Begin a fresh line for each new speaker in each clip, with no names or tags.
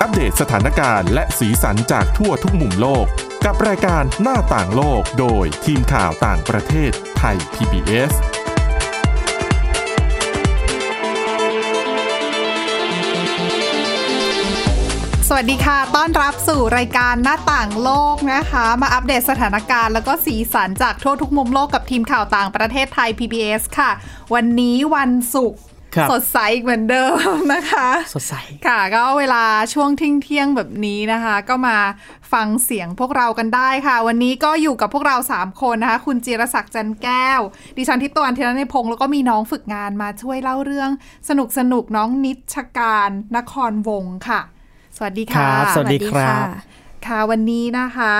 อัปเดตสถานการณ์และสีสันจากทั่วทุกมุมโลก กับรายการหน้าต่างโลกโดยทีมข่าวต่างประเทศไทย PBS
สวัสดีค่ะ ต้อนรับสู่รายการหน้าต่างโลกนะคะ มาอัปเดตสถานการณ์แล้วก็สีสันจากทั่วทุกมุมโลกกับทีมข่าวต่างประเทศไทย PBS ค่ะ วันนี้วันศุกร์
ครับ
สดใสอีกเหมือนเดิมนะคะ
สดใส
ค่ะก็เวลาช่วงทิ้งเที่ยงๆแบบนี้นะคะ ก็มาฟังเสียงพวกเรากันได้ค่ะ วันนี้ก็อยู่กับพวกเรา 3 คนนะคะ คุณจิรศักดิ์จันแก้ว ดิฉันทิพย์ตะวันเทระในพงศ์แล้วก็มีน้องฝึกงานมาช่วยเล่าเรื่องสนุกสนุกๆน้องนิชการนครวงศ์ค่ะ สวัสดีค่ะ
ครับสวัสดี ครับ
ค่ะวันนี้นะคะ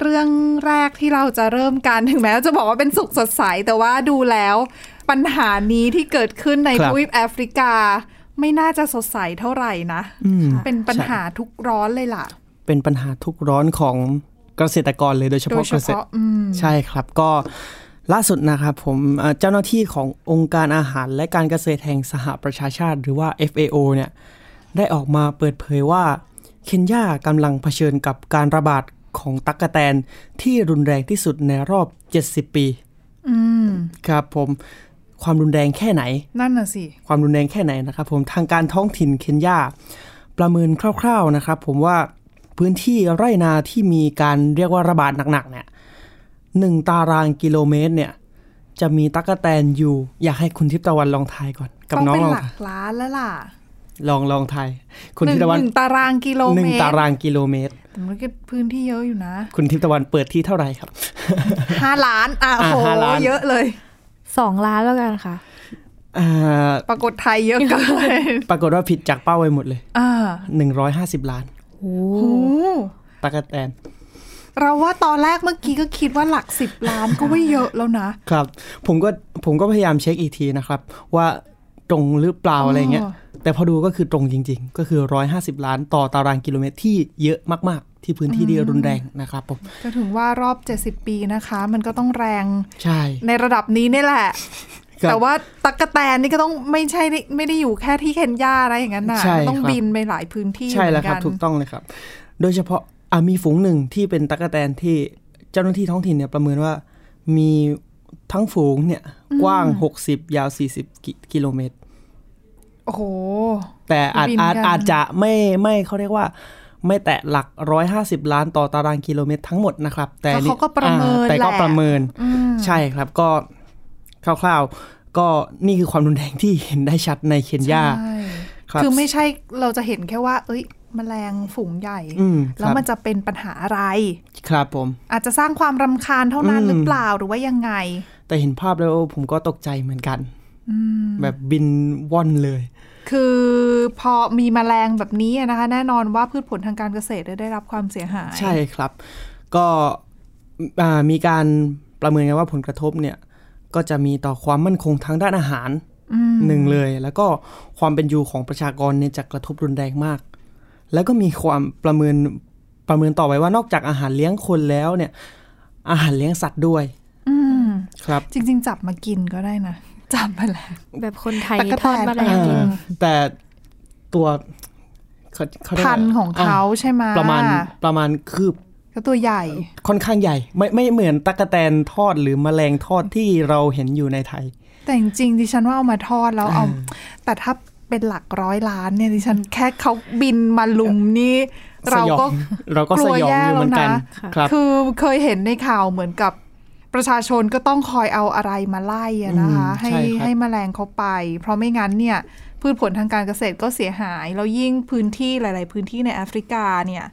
เรื่องแรกที่เราจะเริ่มกัน ถึงแม้ว่าจะบอกว่าเป็นสุขสดใส แต่ว่าดูแล้วปัญหานี้ที่เกิดขึ้นใน
ครั
ท
บ
วีปแอฟริกา ไม่น่าจะสดใสเท่าไหร่นะ
อืม
เป็นปัญหาทุกร้อนเลยล่ะ
เป็นปัญหาทุกร้อนของเกษตรกรเลยโดยเฉ
โด
พาะ
ยเฉ
เกษตร
พาะอืม
ใช่ครับก็ล่าสุดนะครับผมเอ่อเจ้าหน้าที่ขององค์การอาหารและการเกษตรแห่งสหประชาชาติ หรือว่า FAO เนี่ยได้ออกมาเปิดเผยว่า เคนยากำลังเผชิญกับการระบาดของตั๊กกแตนที่รุนแรงที่สุดในรอบ 70 ปีครับผมความรุนแรงแค่ไหน
นั่นน่ะสิ
ความรุนแรงแค่ไหนนะครับผมทางการท้องถิ่นเคนยาประเมินคร่าวๆนะครับผมว่าพื้นที่ไร่นาที่มีการเรียกว่าระบาดหนักๆเนี่ยหนึ่งตารางกิโลเมตรเนี่ยจะมีตั๊กแตนอยู่ อยากให้คุณทิพย์ตะวันลองทายก่อน กับ
ต้อง
น้อง
เป็น
ลอง
หลักล้านแล้วล่ะ
ลองลองทายคุณ
หนึ่ง
ทิพย์ตะวัน
หนึ่งตารางกิโล
หนึ่
เม
ง
ต
ตาร รางกิโลเมตร
แต่มันก็พื้นที่เยอะอยู่นะ
คุณทิพย์ตะวันเปิดที่เท่าไหร่ครับ
ห้าล้านอ่ะโอ้โห
อ่ะห้าล้าน
เยอะเลย
สองล้านแล้วกันค่ะ
อ่า
ปรากฏไทยเยอะเกิ น
ปรากฏว่าผิดจากเป้าไปหมดเลย
อ่า
150 ล้าน
โอ้
โอ้
ตั๊กแตน
เราว่าตอนแรกเมื่อกี้ก็คิดว่าหลักสิบล้านก็ไม่เยอะแล้วนะ
ครับผมก็ผมก็พยายามเช็คอีกทีนะครับ ว่าตรงหรือเปล่าอะไรเงี้ย
อ๋อ
แต่พอดูก็คือตรงจริง ๆ ก็คือ 150 ล้านต่อตารางกิโลเมตรที่เยอะมากๆ ที่พื้นที่ที่รุนแรงนะครับผม
จะถึงว่ารอบ 70 ปีนะคะ มันก็ต้องแรง
ใช่
ในระดับนี้นี่แหละ
ครับ
แต่ว่าตักกะแตนนี่ก็ต้องไม่ใช่ไม่ได้อยู่แค่ที่เคนยาอะไรอย่างนั้นน่ะ
ใช่
มันต้อง
ครับ
บินไปหลายพื้นที่
ใช่แล้วครับ
เหมือนกัน
ถูกต้องเลยครับ โดยเฉพาะอ่ะมีฝูงหนึ่งที่เป็นตั๊กแตนที่เจ้าหน้าที่ท้องถิ่นเนี่ยประเมินว่ามีทั้งฝูงเนี่ยกว้าง 60 ยาว 40กิกิโลเมตร
โอ้โห
แต่อาจ
บิน
อาจ
กัน
อาจจะไม่ไม่เขาเรียกว่า ไม่แตะหลัก 150 ล้านต่อตารางกิโลเมตรทั้งหมดนะครับ แต่
ก็
นี่
เขาก็ประเมิน
อ่าแต่ก็
แหละ
ประเมิน
อืม
ใช่ครับก็คร่าวๆ ก็นี่คือความรุนแรงที่เห็นได้ชัดในเคนยา
ใช่
ครับ
คือไม่ใช่เราจะเห็นแค่ว่า เอ้ยแมลงฝูงใหญ่
อืม
แล้วมัน
ครับ
จะเป็นปัญหาอะไร
ครับผม
อาจจะสร้างความรำคาญเท่านั้น
อืม
หรือเปล่าหรือว่ายังไง
แต่เห็นภาพแล้วผมก็ตกใจเหมือนกันแบบบินว่อนเลย
คือพอมีแมลงแบบนี้นะคะ แน่นอนว่าพืชผลทางการเกษตรได้รับความเสียหาย
ใช่ครับ ก็อ่ามีการประเมินกันว่าผลกระทบเนี่ย ก็จะมีต่อความมั่นคงทางด้านอาหารหนึ่งเลย แล้วก็ความเป็นอยู่ของประชากรเนี่ยจะกระทบรุนแรงมาก แล้วก็มีความประเมินประเมินต่อไปว่านอกจากอาหารเลี้ยงคนแล้วเนี่ย อาหารเลี้ยงสัตว์ด้วย
อืม
ครับ
จริง ๆ จับมากินก็ได้นะ จับมาแล้ว
แบบคนไทย
ตั๊กแตน
ทอดแมาแรงกิน
อ่าแต่ตัวเขาเขาเรียกว่า
พันธุ์ของเขา
ะ
ใช่ไหม
ประมาณประมาณคืบ
ก็ตัวใหญ่
ค่อนข้างใหญ่ ไม่ไม่เหมือนตั๊กแตนทอดหรือแมลงทอดที่เราเห็นอยู่ในไทย
แต่จริงๆดิฉันว่าเอามาทอดแล้วเอา แต่ถ้าเป็นหลักร้อยล้านเนี่ยดิฉันแค่เขาบินมาลุมนี่ เราก็
สยองเราก็
กลั
ส
วย
องอยู่เหมือนกัน
แย่แล้วนะ
ค่ะ
ครับ
คือเคยเห็นในข่าวเหมือนกับประชาชนก็ต้องคอยเอาอะไรมาไล่อะนะคะ
อืม
ให้
ใช่ครับ
ให้แมลงเขาไป เพราะไม่งั้นเนี่ย พืชผลทางการเกษตรก็เสียหาย แล้วยิ่งพื้นที่หลาย ๆ พื้นที่ในแอฟริกาเนี่ย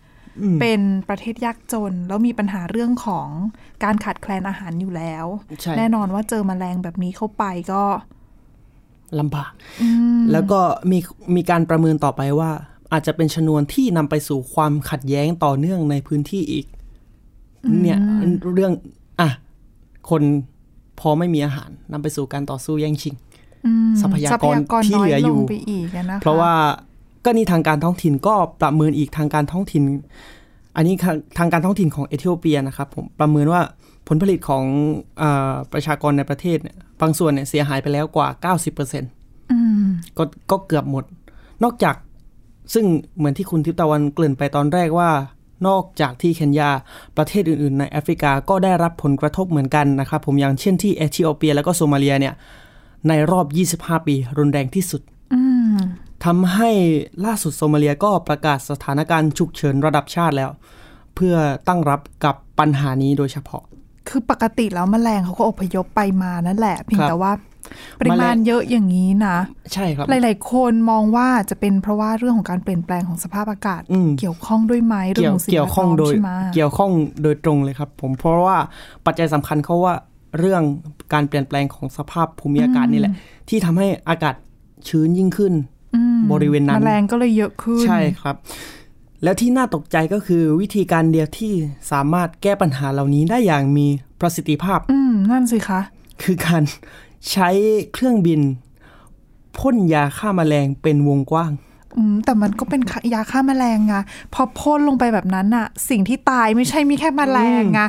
อืม
เป็นประเทศยากจน แล้วมีปัญหาเรื่องของการขาดแคลนอาหารอยู่แล้ว
ใช่
แน่นอนว่าเจอแมลงแบบนี้เข้าไปก็
ลำบากแล้วก็มีมีการประเมินต่อไปว่า อาจจะเป็นชนวนที่นำไปสู่ความขัดแย้งต่อเนื่องในพื้นที่อีก เนี่ยเรื่องอ่ะคนพอไม่มีอาหารนำไปสู่การต่อสู้แย่งชิง
อืม
ทรัพยากรที่
น้
เหลืออยู่
งไปอีกอนะคะ
เพราะว่าก็นี่ทางการท้องถิ่นก็ประเมินอีกทางการท้องถิ่น อันนี้ทางทางการท้องถิ่นของเอธิโอเปียนะครับผมประเมินว่าผลผลิตของอาประชากรในประเทศเนี่ยบางส่วนเนี่ยเสียหายไปแล้วกว่า 90%
อืม
ก็ก็เกือบหมด นอกจาก ซึ่งเหมือนที่คุณทิพย์ตะวันเกริ่นไปตอนแรกว่า นอกจากที่เคนยาประเทศอื่นๆ ในแอฟริกาก็ได้รับผลกระทบเหมือนกันนะครับผมอย่างเช่นที่เอธิโอเปีย แล้วก็โซมาเลียเนี่ยในรอบ 25 ปี รุนแรงที่สุด
อืม
ทำให้ล่าสุดโซมาเลียก็ประกาศสถานการณ์ฉุกเฉินระดับชาติแล้ว เพื่อตั้งรับกับปัญหานี้โดยเฉพาะ
คือปกติแล้วแมลงเขาก็อพยพไปมานั่นแหละเพียง
ครับ
แต่ว่า ปริมาณ
แมลง
เยอะอย่างนี้นะ
ใช่ครับ
หลาย ๆ คนมองว่าจะเป็นเพราะว่าเรื่องของการเปลี่ยนแปลงของสภาพอากาศ
อืม
เกี่ยวข้องด้วยไหมเรื่อง
เกี่ยว
ของสิ่งแวด
เกี่ยวข้อง
ล้อม
โดย
ใช่ไหม
เกี่ยวข้องโดยตรงเลยครับผมเพราะว่าปัจจัยสำคัญเขาว่าเรื่องการเปลี่ยนแปลงของสภาพภูมิอากาศนี่แหละ ที่ทำให้อากาศชื้นยิ่งขึ้น
อืม
บริเวณนั้น
แมลงก็เลยเยอะขึ้น
ใช่ครับ แล้วที่น่าตกใจก็คือวิธีการเดียวที่สามารถแก้ปัญหาเหล่านี้ได้อย่างมีประสิทธิภาพ
อืมนั่นสิคะ
คือการใช้เครื่องบินพ่นยาฆ่าแมลงเป็นวงกว้าง
อืมแต่มันก็เป็นยาฆ่าแมลงไงพอพ่นลงไปแบบนั้นอะสิ่งที่ตายไม่ใช่มีแค่แมลงไง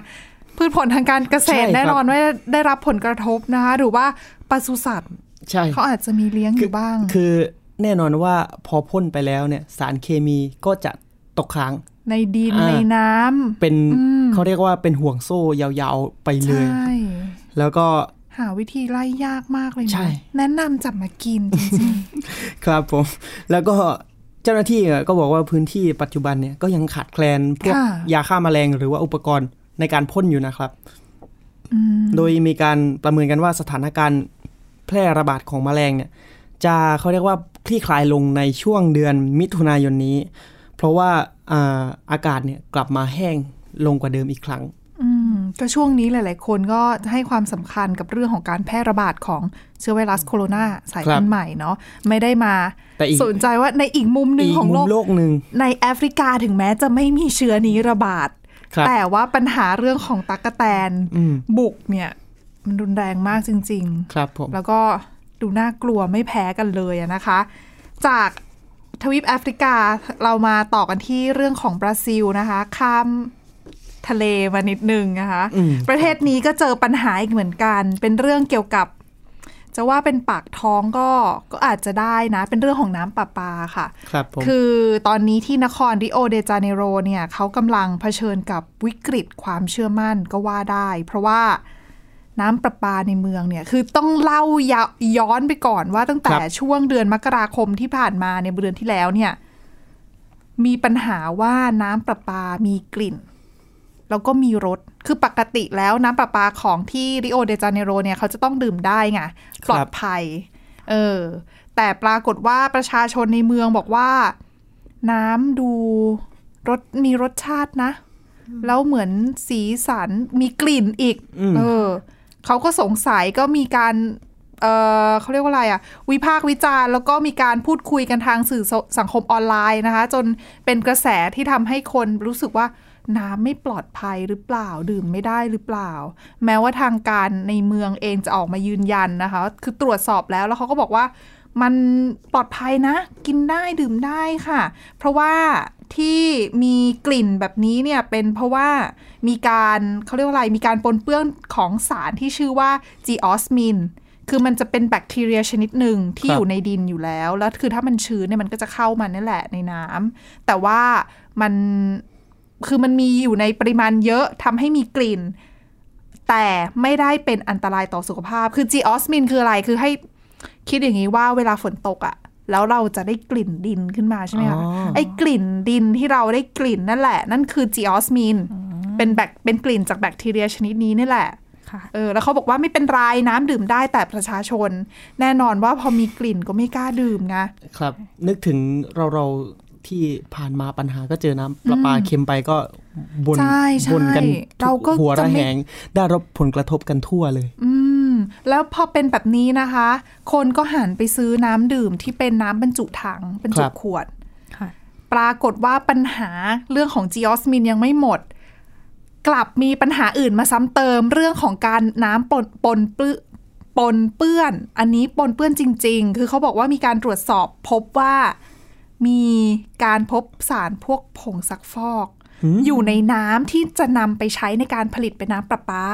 พืชผลทางการเกษตร
ใช่ครับ
แน่นอนว่าได้รับผลกระทบนะคะ หรือว่าปศุสัตว์
ใช่
เขาอาจจะมีเลี้ยงอยู่บ้าง
คือแน่นอนว่าพอพ่นไปแล้วเนี่ยสารเคมีก็จะตกค้าง
ในดิน
อ่า
ในน้ำ
เป็น
อืม
เขาเรียกว่าเป็นห่วงโซ่ยาวๆไปเลย
ใช่
แล้วก็
หาวิธีไล่ยากมากเลยนะ
ใช่
แนะนำจับมากินจริง
ครับผม แล้วก็เจ้าหน้าที่ก็บอกว่าพื้นที่ปัจจุบันเนี่ยก็ยังขาดแคลนพวก
ค่ะ
ยาฆ่าแมลงหรือว่าอุปกรณ์ในการพ่นอยู่นะครับ
อืม
โดยมีการประเมินกันว่าสถานการณ์แพร่ระบาดของแมลงเนี่ย จะเขาเรียกว่าคลี่คลายลงในช่วงเดือนมิถุนายนนี้ เพราะว่าอ่าอากาศเนี่ยกลับมาแห้งลงกว่าเดิมอีกครั้ง
อืมก็ช่วงนี้หลาย ๆ คนก็ให้ความสำคัญกับเรื่องของการแพร่ระบาดของเชื้อไวรัสโคโรนาสาย
ครั
พัน
บ
ธุ์ใหม่เนาะไม่ได้มา
แต่อีก
สนใจว่าในอีกมุมหนึ่ง
อีก
ของ
มุ
โล
ม
ก
โลกหนึ่ง
ในแอฟริกาถึงแม้จะไม่มีเชื้อนี้ระบาด
ครับ
แต่ว่าปัญหาเรื่องของตั๊กแตน
อืม
บุกเนี่ย มันรุนแรงมากจริง ๆ
ครับผม
แล้วก็ดูน่ากลัวไม่แพ้กันเลยอะนะคะ จากทวีปแอฟริกาเรามาต่อกันที่เรื่องของบราซิลนะคะ ข้ามทะเลมานิดนึงนะคะ
อืม
ประเทศนี้ก็เจอปัญหาอีกเหมือนกัน เป็นเรื่องเกี่ยวกับ จะว่าเป็นปากท้องก็ก็อาจจะได้นะ เป็นเรื่องของน้ำประปาค่ะ
ครับผม
คือตอนนี้ที่นครริโอเดจาเนโรเนี่ยเขากำลังเผชิญกับวิกฤตความเชื่อมั่นก็ว่าได้ เพราะว่าน้ำประปาในเมืองเนี่ย คือต้องเล่ายาย้อนไปก่อนว่าตั้งแต่
ครับ
ช่วงเดือนมกราคมที่ผ่านมาในยเดือนที่แล้วเนี่ย มีปัญหาว่าน้ำประปามีกลิ่น แล้วก็มีรส คือปกติแล้วน้ำประปาของที่ริโอเดจาเนโรเนี่ยเขาจะต้องดื่มได้ไง ปลอดภัย เออ แต่ปรากฏว่าประชาชนในเมืองบอกว่า น้ำดูรสมีรสชาตินะ แล้วเหมือนสีสันมีกลิ่นอีก เออ เขาก็สงสัยก็มีการ เออเขาเรียกว่าอะไรอะวิพากษ์วิจารณ์แล้วก็มีการพูดคุยกันทางสื่อสสังคมออนไลน์นะคะ จนเป็นกระแสที่ทำให้คนรู้สึกว่าน้ำไม่ปลอดภัยหรือเปล่าดื่มไม่ได้หรือเปล่า แม้ว่าทางการในเมืองเองจะออกมายืนยันนะคะ คือตรวจสอบแล้วแล้วเขาก็บอกว่า มันปลอดภัยนะ กินได้ดื่มได้ค่ะ เพราะว่าที่มีกลิ่นแบบนี้เนี่ยเป็นเพราะว่ามีการเขาเรียกว่าอะไร มีการปนเปื้อนของสารที่ชื่อว่าจีออสมิน คือมันจะเป็นแบคทีเรียชนิดหนึ่งที่
ครั
อ
บ
ยู่ในดินอยู่แล้ว แล้วคือถ้ามันชื้นเนี่ยมันก็จะเข้ามานี่แหละในน้ำแต่ว่ามันคือมันมีอยู่ในปริมาณเยอะทำให้มีกลิ่น แต่ไม่ได้เป็นอันตรายต่อสุขภาพ คือจีออสมินคืออะไรคือให้ คิดอย่างนี้ว่าเวลาฝนตกอะ่ะ แล้วเราจะได้กลิ่นดินขึ้นมาใช่ไหม
อ๋
คะ
อ
ไอ้กลิ่นดินที่เราได้กลิ่นนั่นแหละ นั่นคือจีออสมินเป็นแบคเป็นกลิ่นจากแบคทีเรียชนิดนี้นี่แหละ
ค่ะ
เออแล้วเขาบอกว่าไม่เป็นไรน้ำดื่มได้แต่ประชาชน แน่นอนว่าพอมีกลิ่นก็ไม่กล้าดื่มไง
ครับ นึกถึงเราเราที่ผ่านมาปัญหาก็เจอน้ำประปาเค็มไปก็บน
ใช่ใช่
บนกัน
เราก็
หัว
จะ
ระ
ไม่
แหงได้รับผลกระทบกันทั่วเลย
อืมแล้วพอเป็นแบบนี้นะคะ คนก็หันไปซื้อน้ำดื่มที่เป็นน้ำบรรจุถังบรรจุ
ครับ
ขวด
ค่ะ
ปรากฏว่าปัญหาเรื่องของจีออสมินยังไม่หมด กลับมีปัญหาอื่นมาซ้ำเติมเรื่องของการน้ำปนปนเปื้อนปนเปื้อน อันนี้ปนเปื้อนจริง ๆ คือเขาบอกว่ามีการตรวจสอบพบว่ามีการพบสารพวกผงซักฟอก อยู่ในน้ำที่จะนำไปใช้ในการผลิตเป็นน้ำประปา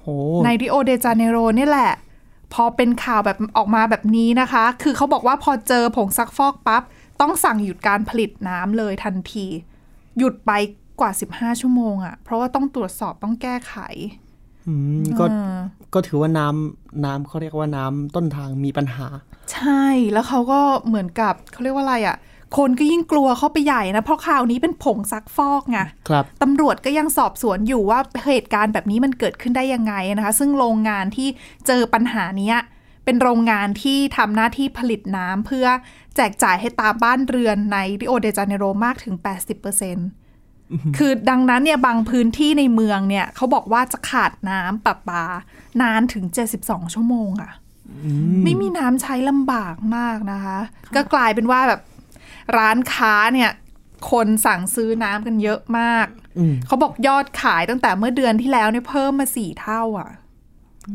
โห
ในริโอเดจาเนโรเนี่ยแหละ พอเป็นข่าวแบบออกมาแบบนี้นะคะ คือเขาบอกว่าพอเจอผงซักฟอกปั๊บ ต้องสั่งหยุดการผลิตน้ำเลยทันที หยุดไปกว่า 15 ชั่วโมงอะเพราะว่าต้องตรวจสอบต้องแก้ไข
อืมก็
อ่า
ก็ถือว่าน้ำน้ำเขาเรียกว่าน้ำต้นทางมีปัญหา
ใช่ แล้วเขาก็เหมือนกับเขาเรียกว่าอะไรอะ่ะ คนก็ยิ่งกลัวเข้าไปใหญ่นะ เพราะข่าวนี้เป็นผงซักฟอกไง
ครับ
ตำรวจก็ยังสอบสวนอยู่ว่าเหตุการณ์แบบนี้มันเกิดขึ้นได้ยังไงนะคะ ซึ่งโรงงานที่เจอปัญหาเนี้ย เป็นโรงงานที่ทำหน้าที่ผลิตน้ำเพื่อแจกจ่ายให้ตามบ้านเรือนในริโอเดจาเนโรมากถึง 80%คือดังนั้นเนี่ยบางพื้นที่ในเมืองเนี่ยเขาบอกว่าจะขาดน้ำประปานานถึง 72 ชั่วโมงอะไม่มีน้ำใช้ลำบากมากนะคะ ก็กลายเป็นว่าแบบร้านค้าเนี่ยคนสั่งซื้อน้ำกันเยอะมาก
อืม
เขาบอกยอดขายตั้งแต่เมื่อเดือนที่แล้วเนี่ยเพิ่มมาสี่เท่าอ่ะ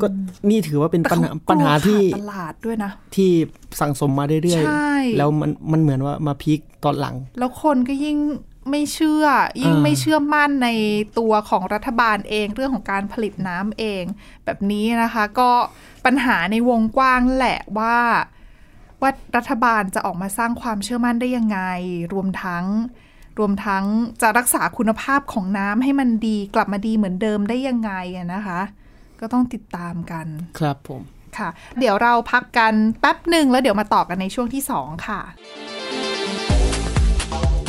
ก็นี่ถือว่าเป็น
แต่
ปัญ
เขา
หาปัญหาที่
ตลาดด้วยนะ
ที่สั่งสมมาเรื่อย
ใช่
ๆ แล้วมันมันเหมือนว่ามาพีคตอนหลัง
แล้วคนก็ยิ่งไม่เชื่อ ยิ่ง
อ่า
ไม่เชื่อมั่นในตัวของรัฐบาลเองเรื่องของการผลิตน้ำเอง แบบนี้นะคะ ก็ปัญหาในวงกว้างแหละว่า ว่ารัฐบาลจะออกมาสร้างความเชื่อมั่นได้ยังไง รวมทั้ง รวมทั้งจะรักษาคุณภาพของน้ำให้มันดีกลับมาดีเหมือนเดิมได้ยังไงอะนะคะ ก็ต้องติดตามกัน
ครับผม
ค่ะ เดี๋ยวเราพักกันแป๊บหนึ่งแล้วเดี๋ยวมาต่อกันในช่วงที่ 2 ค่ะ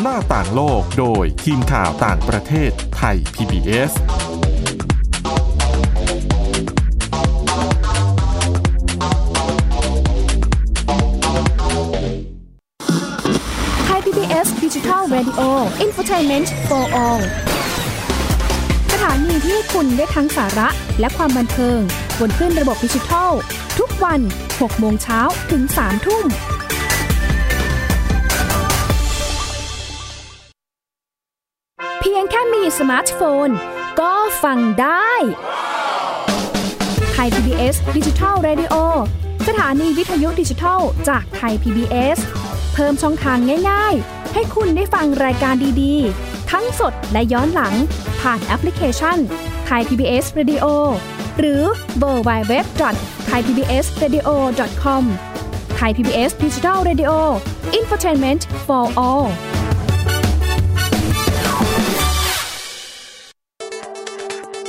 หน้าต่างโลกโดยทีมข่าวต่างประเทศไทย PBS
ไทย PBS Digital Radio Infotainment for All สถานีที่คุณได้ทั้งสาระและความบันเทิง บนคลื่นระบบดิจิทัล ทุกวัน 6 โมงเช้าถึง 3 ทุ่ม เพียงแค่มีสมาร์ทโฟน ก็ฟังได้ไทย PBS Digital Radio สถานีวิทยุดิจิทัลจากไทย PBS เพิ่มช่องทางง่ายๆ ให้คุณได้ฟังรายการดีๆ ทั้งสดและย้อนหลัง ผ่านแอปพลิเคชันไทย PBS Radio หรือเวอร์ไบเว็บไทยพีบีเอสเรดิโอคอมไทยพีบีเอสดิจิทัลเรดิโออินฟอร์เทนเมนต์ for all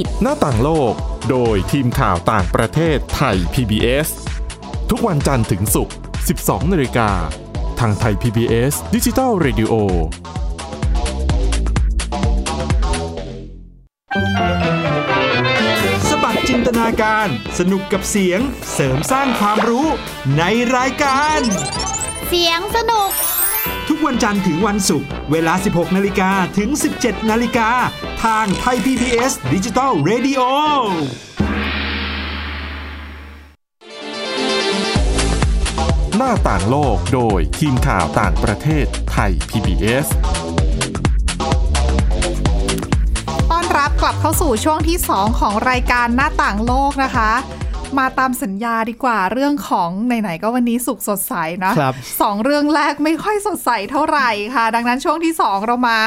ิจ
หน้าต่างโลก โดยทีมข่าวต่างประเทศไทย PBS ทุกวันจันทร์ถึงศุกร์ 12 นาฬิกา ทางไทย PBS ดิจิทัล Radio
สบัดจินตนาการ สนุกกับเสียงเสริมสร้างความรู้ในรายการ
เสียงสนุก
ทุกวันจันทร์ถึงวันศุกร์เวลา 16 นาฬิกาถึง 17 นาฬิกา ทางไทย PPS ดิจิตอล Radio
หน้าต่างโลกโดยทีมข่าวต่างประเทศไทย PBS
ต้อนรับกลับเข้าสู่ช่วงที่ 2 ของรายการหน้าต่างโลกนะคะ มาตามสัญญาดีกว่าเรื่องของ ไหน ๆ ก็วันนี้สุขสดใสนะครับ สองเรื่องแรกไม่ค่อยสดใสเท่าไหร่ค่ะ ดังนั้นช่วงที่ 2 เรามา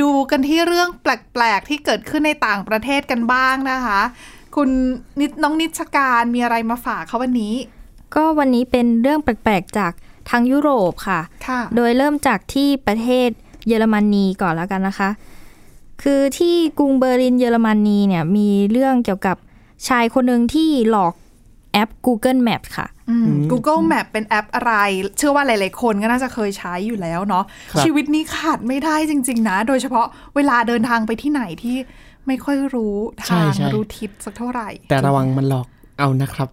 ดูกันที่เรื่องแปลก ๆ ที่เกิดขึ้นในต่างประเทศกันบ้างนะคะ คุณนิดน้องนิชการมีอะไรมาฝากเขาวันนี้
ก็วันนี้เป็นเรื่องแปลกๆจากทางยุโรปค่ะ
ค่ะ
โดยเริ่มจากที่ประเทศเยอรมนีก่อนแล้วกันนะคะ คือที่กรุงเบอร์ลินเยอรมนีเนี่ยมีเรื่องเกี่ยวกับชายคนหนึ่งที่หลอกแอป Google Map ค่ะ
อืม Google Map เป็นแอปอะไร เชื่อว่าหลาย ๆ คนก็น่าจะเคยใช้อยู่แล้วเนาะ
ครับ
ชีวิตนี้ขาดไม่ได้จริง ๆ นะ โดยเฉพาะเวลาเดินทางไปที่ไหนที่ไม่ค่อยรู้
ใช่
ทาง
ใช่
รู้ทิศสักเท่าไหร่
แต่ระวังมันหลอกเอานะครับ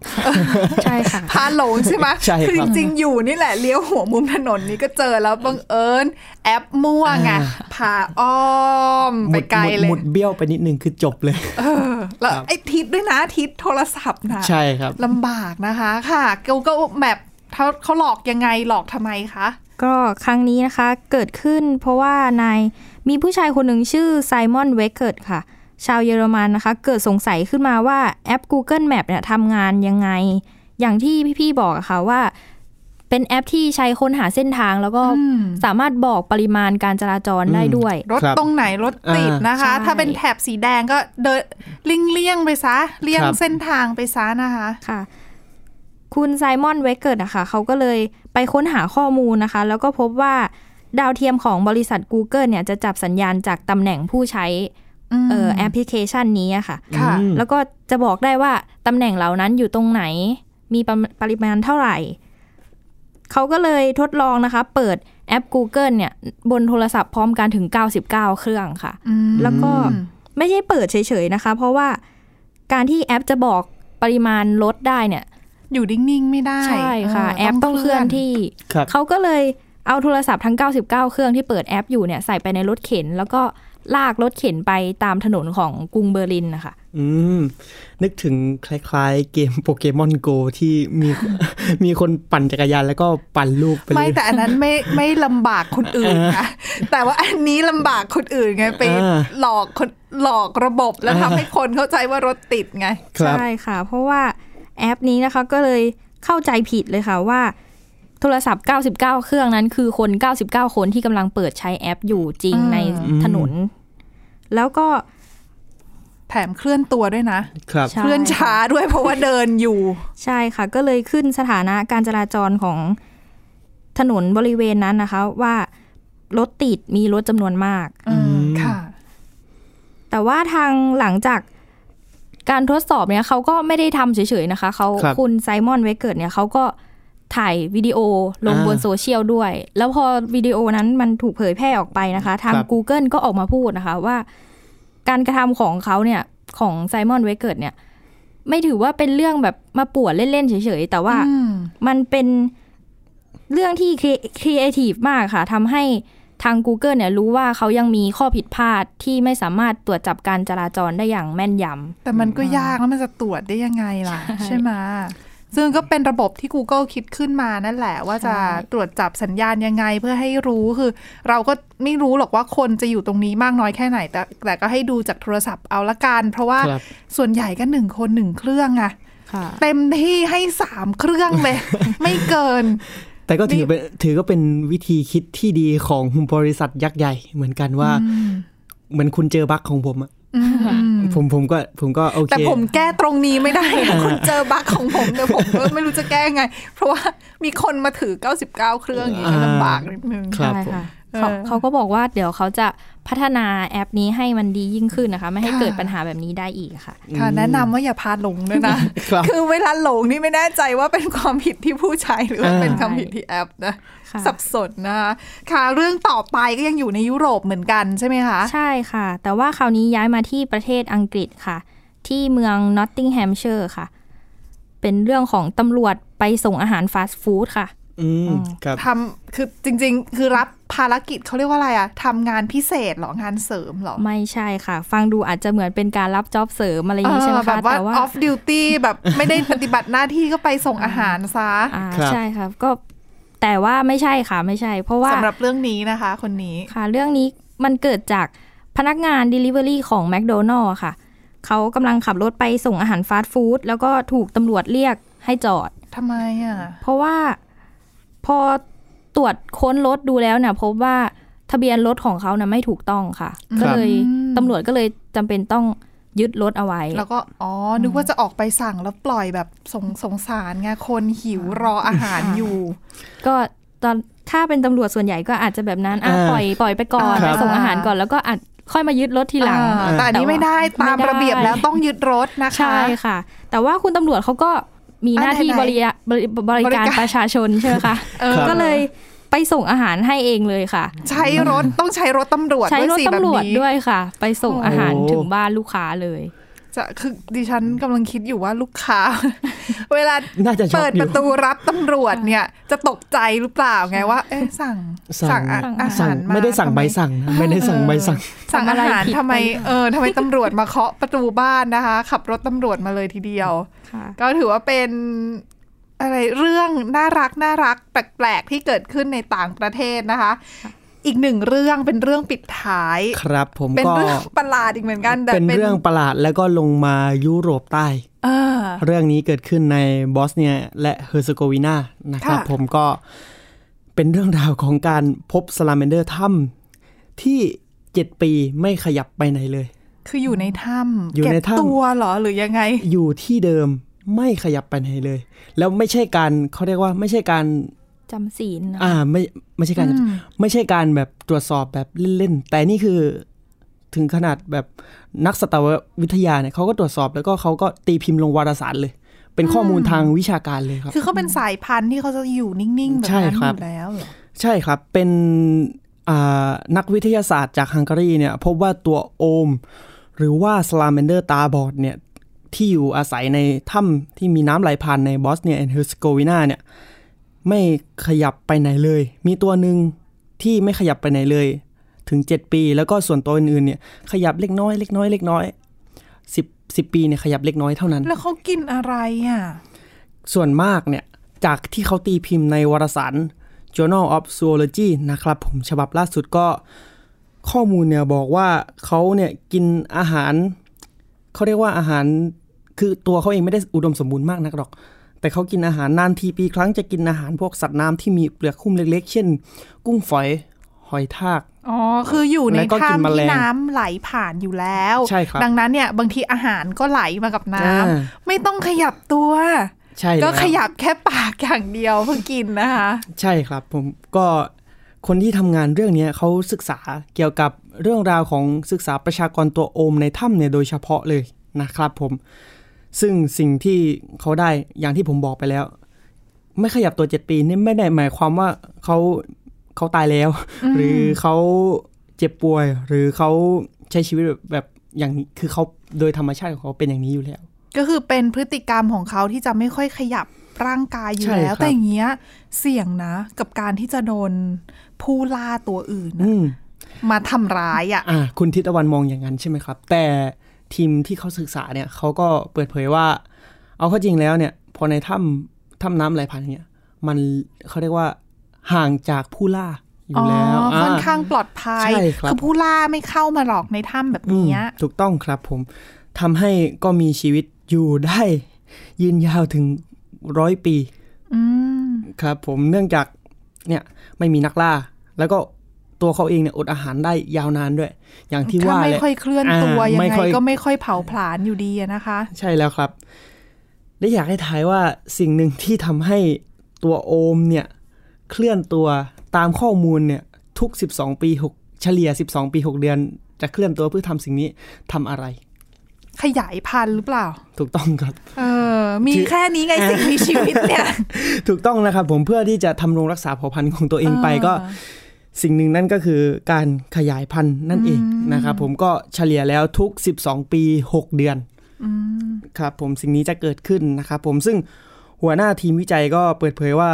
ใช่ค่ะ
พาหลงใช่ไหม
ใช่ครับ
คือจริง ๆ อยู่นี่แหละเลี้ยวหัวมุมถนนนี้ก็เจอแล้วบังเอิญแอปมั่วไง
อ่า
พาอ้อมไปไกล
หมุด
เลย
หมุดเบี้ยวไปนิดนึงคือจบเลย
แล้วไอ้ทิศด้วยนะทิศโทรศัพท์นะ
ใช่ครับ
ลำบากนะคะค่ะ Google Map เขาเขาหลอกยังไงหลอกทำไมคะ
ก็ครั้งนี้นะคะเกิดขึ้นเพราะว่านายมีผู้ชายคนหนึ่งชื่อไซมอนเวกเกิร์ตค่ะ ชาวเยอรมันนะคะ เกิดสงสัยขึ้นมาว่าแอป Google Map เนี่ยทำงานยังไง อย่างที่พี่ๆบอกอะค่ะว่า เป็นแอปที่ใช้ค้นหาเส้นทาง แล้วก็สามารถบอกปริมาณการจราจรได้ด้วย
รถตรงไหนรถติดนะคะ
อ่าใช่
ถ้าเป็นแถบสีแดงก็เดินเลี่ยงๆไปซะเลี่ยง
ครับ
เส้นทางไปซะนะคะ
ค่ะ คุณไซมอนเวกเกิร์ตนะคะเขาก็เลยไปค้นหาข้อมูลนะคะ แล้วก็พบว่าดาวเทียมของบริษัท Google เนี่ยจะจับสัญญาณจากตำแหน่งผู้ใช้เอ่อแอปพลิเคชันนี้อะค่ะ
ค่ะ
แล้วก็จะบอกได้ว่าตำแหน่งเหล่านั้นอยู่ตรงไหน มีปริปริมาณเท่าไหร่ เขาก็เลยทดลองนะคะ เปิดแอป Google เนี่ยบนโทรศัพท์พร้อมกันถึง 99 เครื่องค่ะ แล้วก็ไม่ใช่เปิดเฉยๆนะคะ เพราะว่าการที่แอปจะบอกปริมาณรถได้เนี่ย
อยู่นิ่งๆไม่ได้
ใช่ค่ะ
เ
แอปต้องเคลื่อนที่
ครับ
เขาก็เลยเอาโทรศัพท์ทั้ง 99 เครื่องที่เปิดแอปอยู่เนี่ยใส่ไปในรถเข็น แล้วก็ลากรถเข็นไปตามถนนของกรุงเบอร์ลินนะคะ
อืม นึกถึงคล้ายๆ เกมโปเกมอนโกที่มี มีคนปั่นจักรยานแล้วก็ปั่นลูกไปเลย
ไม่แต่อันนั้นไม่ไม่ลำบากคนอื่นนะแต่ว่าอันนี้ลำบากคนอื่นไงไป
อ่า
หลอกคนหลอกระบบแล้วทำให้คนเข้าใจว่ารถติดไง
ใช่ค่ะ เพราะว่าแอปนี้นะคะก็เลยเข้าใจผิดเลยค่ะว่า โทรศัพท์ 99 เครื่องนั้นคือคน 99 คนที่กำลังเปิดใช้แอปอยู่จริง
อืม
ในถนน แล้วก็
แถมเคลื่อนตัวด้วยนะ
ครับ
เคลื่อนช้าด้วยเพราะว่าเดินอยู่
ใช่ค่ะ ก็เลยขึ้นสถานะการจราจรของถนนบริเวณนั้นนะคะ ว่ารถติดมีรถจำนวนมาก
ค่ะ
แต่ว่าทางหลังจากการทดสอบเนี่ยเขาก็ไม่ได้ทำเฉยๆนะคะเขา
ครับ
คุณไซมอนเวเกิร์ตเนี่ยเขาก็ถ่ายวิดีโอลงบนโซเชียลด้วย แล้วพอวิดีโอนั้นมันถูกเผยแพร่ออกไปนะคะ ทาง
ครับ
Google ก็ออกมาพูดนะคะว่า การกระทำของเขาเนี่ยของไซมอนเวเกิร์ตเนี่ย ไม่ถือว่าเป็นเรื่องแบบมาป่วนเล่นๆเฉยๆ แต่ว่า
อืม
มันเป็นเรื่องที่ครีเอทีฟมากค่ะทำให้ทาง Google เนี่ยรู้ว่าเขายังมีข้อผิดพลาดที่ไม่สามารถตรวจจับการจราจรได้อย่างแม่นยำ
แต่มันก็ยากแล้วมันจะตรวจได้ยังไงล่ะ ใช่ไหมซึ่งก็เป็นระบบที่ Google คิดขึ้นมานั่นแหละ ว่าจะตรวจจับสัญญาณยังไงเพื่อให้รู้คือ เราก็ไม่รู้หรอกว่าคนจะอยู่ตรงนี้มากน้อยแค่ไหน แต่แต่ก็ให้ดูจากโทรศัพท์เอาละกัน เพราะว่า
ครับ
ส่วนใหญ่ก็หนึ่งคนหนึ่งเครื่องอะเต็มที่ให้สามเครื่องเลย ไม่เกิน
แต่ก็ถือเป็นถือก็เป็นวิธีคิดที่ดีของบริษัทยักษ์ใหญ่ เหมือนกันว่า เหมือนคุณเจอบั๊กของผมอะ
อืม
ผมผมก็ผมก็โอเค
แต่ผมแก้ตรงนี้ไม่ได้นะ คุณเจอบั๊กของผมแต่ยผมก็ไม่รู้จะแก้ไง เพราะว่ามีคนมาถือ 99 เครื่องอย่างนี้ก็ลำบากนิดนึง
ใช่ค่ะเขา
เออ
เขาก็บอกว่าเดี๋ยวเขาจะพัฒนาแอปนี้ให้มันดียิ่งขึ้นนะคะ ไม่ให้
ค่ะ
เกิดปัญหาแบบนี้ได้อีกค่ะ
ค่ะแนะนำว่าอย่าพาหลงด้วยนะ
ครับ
คือเวลาหลงนี่ไม่แน่ใจว่าเป็นความผิดที่ผู้ใช้หรือว่า
อ่า
เป็นความผิดที่แอปนะ
ค่ะ
สับสนนะคะค่ะ เรื่องต่อไปก็ยังอยู่ในยุโรปเหมือนกันใช่ไหมคะ
ใช่ค่ะ แต่ว่าคราวนี้ย้ายมาที่ประเทศอังกฤษค่ะ ที่เมืองนอตติงแฮมเช i ร์ค่ะ เป็นเรื่องของตำรวจไปส่งอาหารฟาสต์ฟู้ดค่ะ
อืมครับ
ทำคือจริง ๆ คือรับภารกิจเขาเรียกว่าอะไรอะทำงานพิเศษเหรองานเสริมเหรอ
ไม่ใช่ค่ะ ฟังดูอาจจะเหมือนเป็นการรับจ็อบเสริมอะไรอย่างนี้ใช่ไหม
เออแบ
คะ
บว่า
แต่ว่า
off duty แบบไม่ได้ปฏิบัติหน้าที่ก็ไปส่งอาหารซะ
อ่าใช่ครับก็แต่ว่าไม่ใช่ค่ะไม่ใช่ เพราะว่า
สำหรับเรื่องนี้นะคะคนนี้
ค่ะเรื่องนี้มันเกิดจากพนักงาน Delivery ของ m c d o n a l d ค่ะ เขากำลังขับรถไปส่งอาหารฟาสต์ฟู้ดแล้วก็ถูกตำรวจเรียกให้จอด
ทำไมอ่ะ
เพราะว่าพอตรวจค้นรถดูแล้วเนี่ยพบว่าทะเบียนรถของเขาน่ะไม่ถูกต้องค่ะ
ครับ
ก็เลยตำรวจก็เลยจำเป็นต้องยึดรถเอาไว้
แล้วก็อ๋ออนึกว่าจะออกไปสั่งแล้วปล่อยแบบสงสงสารไงคนหิวรออาหารอยู่
ก็ตอนถ้าเป็นตำรวจส่วนใหญ่ก็อาจจะแบบนั้นอ่ะ
อ่า
ปล่อยปล่อยไปก่อน
ครั
ไป
บ
ส่งอาหารก่อนแล้วก็อาจค่อยมายึดรถทีหลัง
อ่าแต่อันนี้ไม่ได้ตามระเบียบแล้วต้องยึดรถนะคะ
ใช่ค่ะ แต่ว่าคุณตำรวจเขาก็มีหน้าที่
อ่ะไหนๆ
บริยะบริบริ
บริ
การ
การ
ประชาชนใช่ไหมคะ
เออ
ก็เลยไปส่งอาหารให้เองเลยค่ะ
ใช้รถต้องใช้รถตำรวจ
ใช้ร
ด้
ถ
วยสิ
ตำรว
แบ
จ
บนี้
ด้วยค่ะ ไปส่งอาหาร
โอ้
ถึงบ้านลูกค้าเลย
จะคือดิฉันกำลังคิดอยู่ว่าลูกค้า เวลา
น่าจะช็อก
เปิด
อยู่
ประตูรับตำรวจเนี่ย จะตกใจหรือเปล่าไงว่า เอ๊ะสั่ง
สั่ง
อะอา
สั่
หาง รมา
ไม่ได้สั่งใบสั่งนะไม่ได้สั่งใบสั่ง
สั่งอาหารทำไมเออทำไมตำรวจมาเคาะประตูบ้านนะคะ ขับรถตำรวจมาเลยทีเดียว
ค่ะ
ก็ถือว่าเป็น อะไรเรื่องน่ารักน่ารักแปลกๆที่เกิดขึ้นในต่างประเทศนะคะ อีกหนึ่งเรื่องเป็นเรื่องปิดท้าย
ครับผม
เป็น
ก็
เรื่องประหลาดอีกเหมือนกันแต่
เป็นเรื่องประหลาดแล้วก็ลงมายุโรปใต้
เออ
เรื่องนี้เกิดขึ้นในบอสเนียและเฮอร์เซโกวีนานะครับ
ค่ะ
ผมก็เป็นเรื่องราวของการพบสลาเมนเดอร์ถ้ำที่ 7 ปีไม่ขยับไปไหนเลย
คืออยู่ในถ้ำ
อยู่ในถ้ำ
เก็บตัวเหรอหรือยังไง
อยู่ที่เดิมไม่ขยับไปไหนเลย แล้วไม่ใช่การเขาเรียกว่าไม่ใช่การ
จำศีลนะ
อ่าไม่ไม่ใช่การ
อืม
ไม่ใช่การแบบตรวจสอบแบบเล่นๆแต่นี่คือถึงขนาดแบบนักสัตววิทยาเนี่ยเขาก็ตรวจสอบแล้วก็เขาก็ตีพิมพ์ลงวารสารเลย เป็นข้อมูลทางวิชาการเลยครับ
คือเขาเป็นสายพันธุ์ที่เขาจะอยู่นิ่งๆแบบ
ใช่
นั้น
ค
อ
รับ
ยู่แล้วเหรอ
ใช่ครับ เป็นอ่านักวิทยาศาสตร์จากฮังการีเนี่ยพบว่าตัวโอม หรือว่าสลา m มนเดอร์ตาบอดเนี่ยที่อยู่อาศัยในถ้ำที่มีน้ำไหลผ่านในบอสเนียแอนด์เฮอร์ซโกวีนาเนี่ยไม่ขยับไปไหนเลย มีตัวหนึ่งที่ไม่ขยับไปไหนเลย ถึง 7 ปี แล้วก็ส่วนตัวอื่นๆเนี่ยขยับเล็กน้อยเล็กน้อยเล็กน้อย10 10 ปีเนี่ยขยับเล็กน้อยเท่านั้น
แล้วเขากินอะไรอ่ะ
ส่วนมากเนี่ยจากที่เขาตีพิมพ์ในวารสาร Journal of Zoology นะครับผมฉบับล่าสุดก็ข้อมูลเนี่ยบอกว่าเขาเนี่ยกินอาหาร เขาเรียกว่าอาหารคือตัวเขาเองไม่ได้อุดมสมบูรณ์มากนักหรอก แต่เขากินอาหารนานทีปีครั้งจะกินอาหารพวกสัตว์น้ำที่มีเปลือกหุ้มเล็ก ๆ เช่น กุ้งฝอยหอยทาก
อ๋อ คืออยู่ใน
แล้วก็กิน
ถ้ำ
แมล
ที่
ง
น้ำไหลผ่านอยู่แล้ว
ใช่ครับ
ดังนั้นเนี่ยบางทีอาหารก็ไหลมากับน้ำ
อ่า
ไม่ต้องขยับตัว
ใช่
ก็
แล้ว
ขยับแค่ปากอย่างเดียวเพื่อกินนะคะ
ใช่ครับผมก็คนที่ทำงานเรื่องเนี้ยเขาศึกษาเกี่ยวกับเรื่องราวของศึกษาประชากรตัวโอมในถ้ำเนี่ยโดยเฉพาะเลยนะครับผม ซึ่งสิ่งที่เขาได้อย่างที่ผมบอกไปแล้ว ไม่ขยับตัว 7 ปีนี่ไม่ได้หมายความว่าเขาเขาตายแล้ว
อืม
หรือเขาเจ็บป่วย หรือเขาใช้ชีวิตแบบแบบอย่างนี้คือเขาโดยธรรมชาติของเขาเป็นอย่างนี้อยู่แล้ว
ก็คือเป็นพฤติกรรมของเขาที่จะไม่ค่อยขยับร่างกายอยู่
ใช่
แล้ว
ครับ
แต่อย่างเงี้ยเสี่ยงนะ กับการที่จะโดนผู้ล่าตัวอื่นน่ะ
อืม
มาทำร้ายอ่ะ
อ่ะคุณทิตวันมองอย่างนั้นใช่ไหมครับ แต่ทีมที่เขาศึกษาเนี่ยเขาก็เปิดเผยว่า เอาเข้าจริงแล้วเนี่ย พอในถ้ำถ้ำน้ำไหลผ่านเนี่ยมันเขาเรียกว่าห่างจากผู้ล่าอยู่แล้ว
อ๋อ ค่อนข้าง
ะ
ปลอดภัย
ใช่ครับ
อผู้ล่าไม่เข้ามาหลอกในถ้ำแบบ
อืม
เนี้ย
ถูกต้องครับผมทำให้ก็มีชีวิตอยู่ได้ ยืนยาวถึงร้อยปี
อืม
ครับผมเนื่องจากเนี่ยไม่มีนักล่า แล้วก็ตัวเขาเองเนี่ยอดอาหารได้ยาวนานด้วย อย่างที่
ถ้า
ว่า
ไม่
แหละ
ค่อยเคลื่อนตัว
า
ยัง
ม่
ไง
ค่อย
ก็ไม่ค่อยเผาผลาญอยู่ดีอะนะคะ
ใช่แล้วครับ และอยากให้ทายว่าสิ่งหนึ่งที่ทำให้ตัวโอมเนี่ย เคลื่อนตัวตามข้อมูลเนี่ย ทุก 12 ปี 6 เฉลี่ย 12 ปี 6 เดือน จะเคลื่อนตัวเพื่อทำสิ่งนี้ทำอะไร
ขยายพันธุ์หรือเปล่า
ถูกต้องครับ
เออ มี
คือ
แค่นี้ไงสิ่งมีชีวิตเนี่ย
ถูกต้องนะครับผมเพื่อที่จะทำรงรักษาเผ่าพันธุ์ของตัวเองไปก็ สิ่งหนึ่งนั่นก็คือการขยายพันธุ์นั่นเองนะครับผมก็เฉลี่ยแล้วทุก 12 ปี 6 เดือน
อืม
ครับผมสิ่งนี้จะเกิดขึ้นนะครับผมซึ่งหัวหน้าทีมวิจัยก็เปิดเผยว่า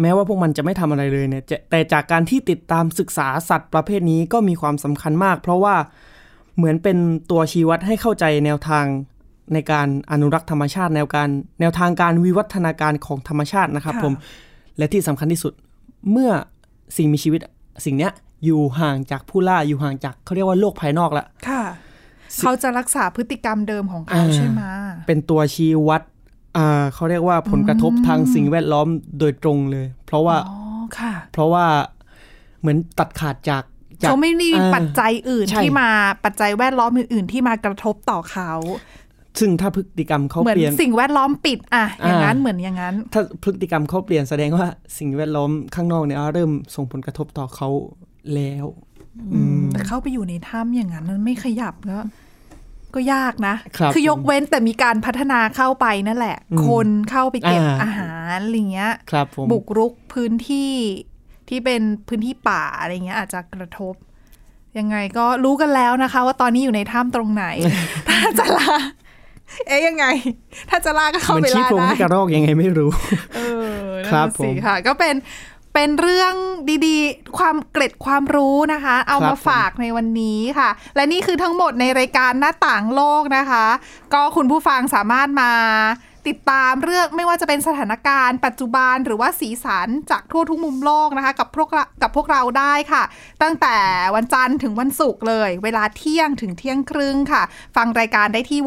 แม้ว่าพวกมันจะไม่ทำอะไรเลยเนี่ยจะแต่จากการที่ติดตามศึกษาสัตว์ประเภทนี้ก็มีความสำคัญมาก เพราะว่าเหมือนเป็นตัวชี้วัดให้เข้าใจแนวทางในการอนุรักษ์ธรรมชาติ แนวการแนวทางการวิวัฒนาการของธรรมชาตินะครับ
ค่ะ
ผมและที่สำคัญที่สุดเมื่อสิ่งมีชีวิตสิ่งเนี้ยอยู่ห่างจากผู้ล่าอยู่ห่างจากเขาเรียกว่าโลกภายนอกละ
ค่ะ เขาจะรักษาพฤติกรรมเดิมของเขา
อ่า
ใช่ไหม
เป็นตัวชี้วัดอ่าเขาเรียกว่าผลกระทบทางสิ่งแวดล้อมโดยตรงเลย เพราะว่า
อ๋อค่ะ
เพราะว่าเหมือนตัดขาดจากจก
เขาไม่มี
อ่า
ปัจจัยอื่น
ใช่
ที่มาปัจจัยแวดล้อมอื่น ๆ ที่มากระทบต่อเขา
ซึ่งถ้าพฤติกรรมเขา
เหมือน
เปลี่ยน
สิ่งแวดล้อมปิดอะอย่างนั้น
อ่า
เหมือนอย่างนั้น
ถ้าพฤติกรรมเขาเปลี่ยนแสดงว่าสิ่งแวดล้อมข้างนอกเนี่ยเริ่มส่งผลกระทบต่อเขาแล้ว อืม
แต่เข้าไปอยู่ในถ้ำอย่างนั้นมันไม่ขยับก็ก็ยากนะครับ อยกเว้นแต่มีการพัฒนาเข้าไปนั่นแหละ
อืม
คนเข้าไปเก็บ
อ่า
อาหารอะไรเงี้ย
ครับผม
บุกรุกพื้นที่ที่เป็นพื้นที่ป่าอะไรเงี้ยอาจจะกระทบ ยังไงก็รู้กันแล้วนะคะ ว่าตอนนี้อยู่ในถ้ำตรงไหน ถ้าจะล่าเอ๊ยยังไง ถ้าจะล่าก็เข้า
มัน
ไป
ชี้
ล่า
โพรง
ได้
ให้กระรอกยังไงไม่รู้
เออนั่น
ครับ
น่ะสิ
ผม
ค่ะ ก็เป็นเป็นเรื่องดีๆ ความเกร็ดความรู้นะคะ เอา
ครับ
มาฝากในวันนี้ค่ะ และนี่คือทั้งหมดในรายการหน้าต่างโลกนะคะ ก็คุณผู้ฟังสามารถมา ติดตามเรื่องไม่ว่าจะเป็นสถานการณ์ปัจจุบันหรือว่าสีสันจากทั่วทุกมุมโลกนะคะ กับพวกเรากับพวกเราได้ค่ะ ตั้งแต่วันจันทร์ถึงวันศุกร์เลย เวลาเที่ยงถึงเที่ยงครึ่งค่ะ ฟังรายการได้ที่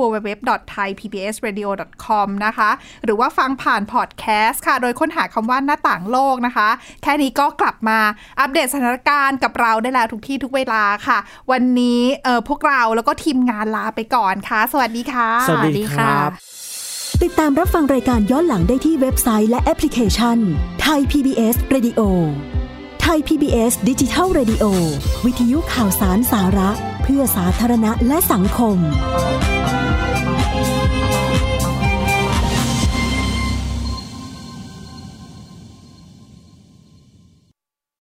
www.thaipbsradio.com นะคะ หรือว่าฟังผ่านพอดแคสต์ค่ะ โดยค้นหาคำว่าหน้าต่างโลกนะคะ แค่นี้ก็กลับมาอัปเดตสถานการณ์กับเราได้แล้วทุกที่ทุกเวลาค่ะ วันนี้เออพวกเราแล้วก็ทีมงานลาไปก่อนค่ะ สวัสดีค่ะ
สวัสดีครับ
ติดตามรับฟังรายการย้อนหลังได้ที่เว็บไซต์และแอปพลิเคชันไทย PBS Radio ไทย PBS ดิจิทัล Radio วิทยุข่าวสารสาระ เพื่อสาธารณะและสังคม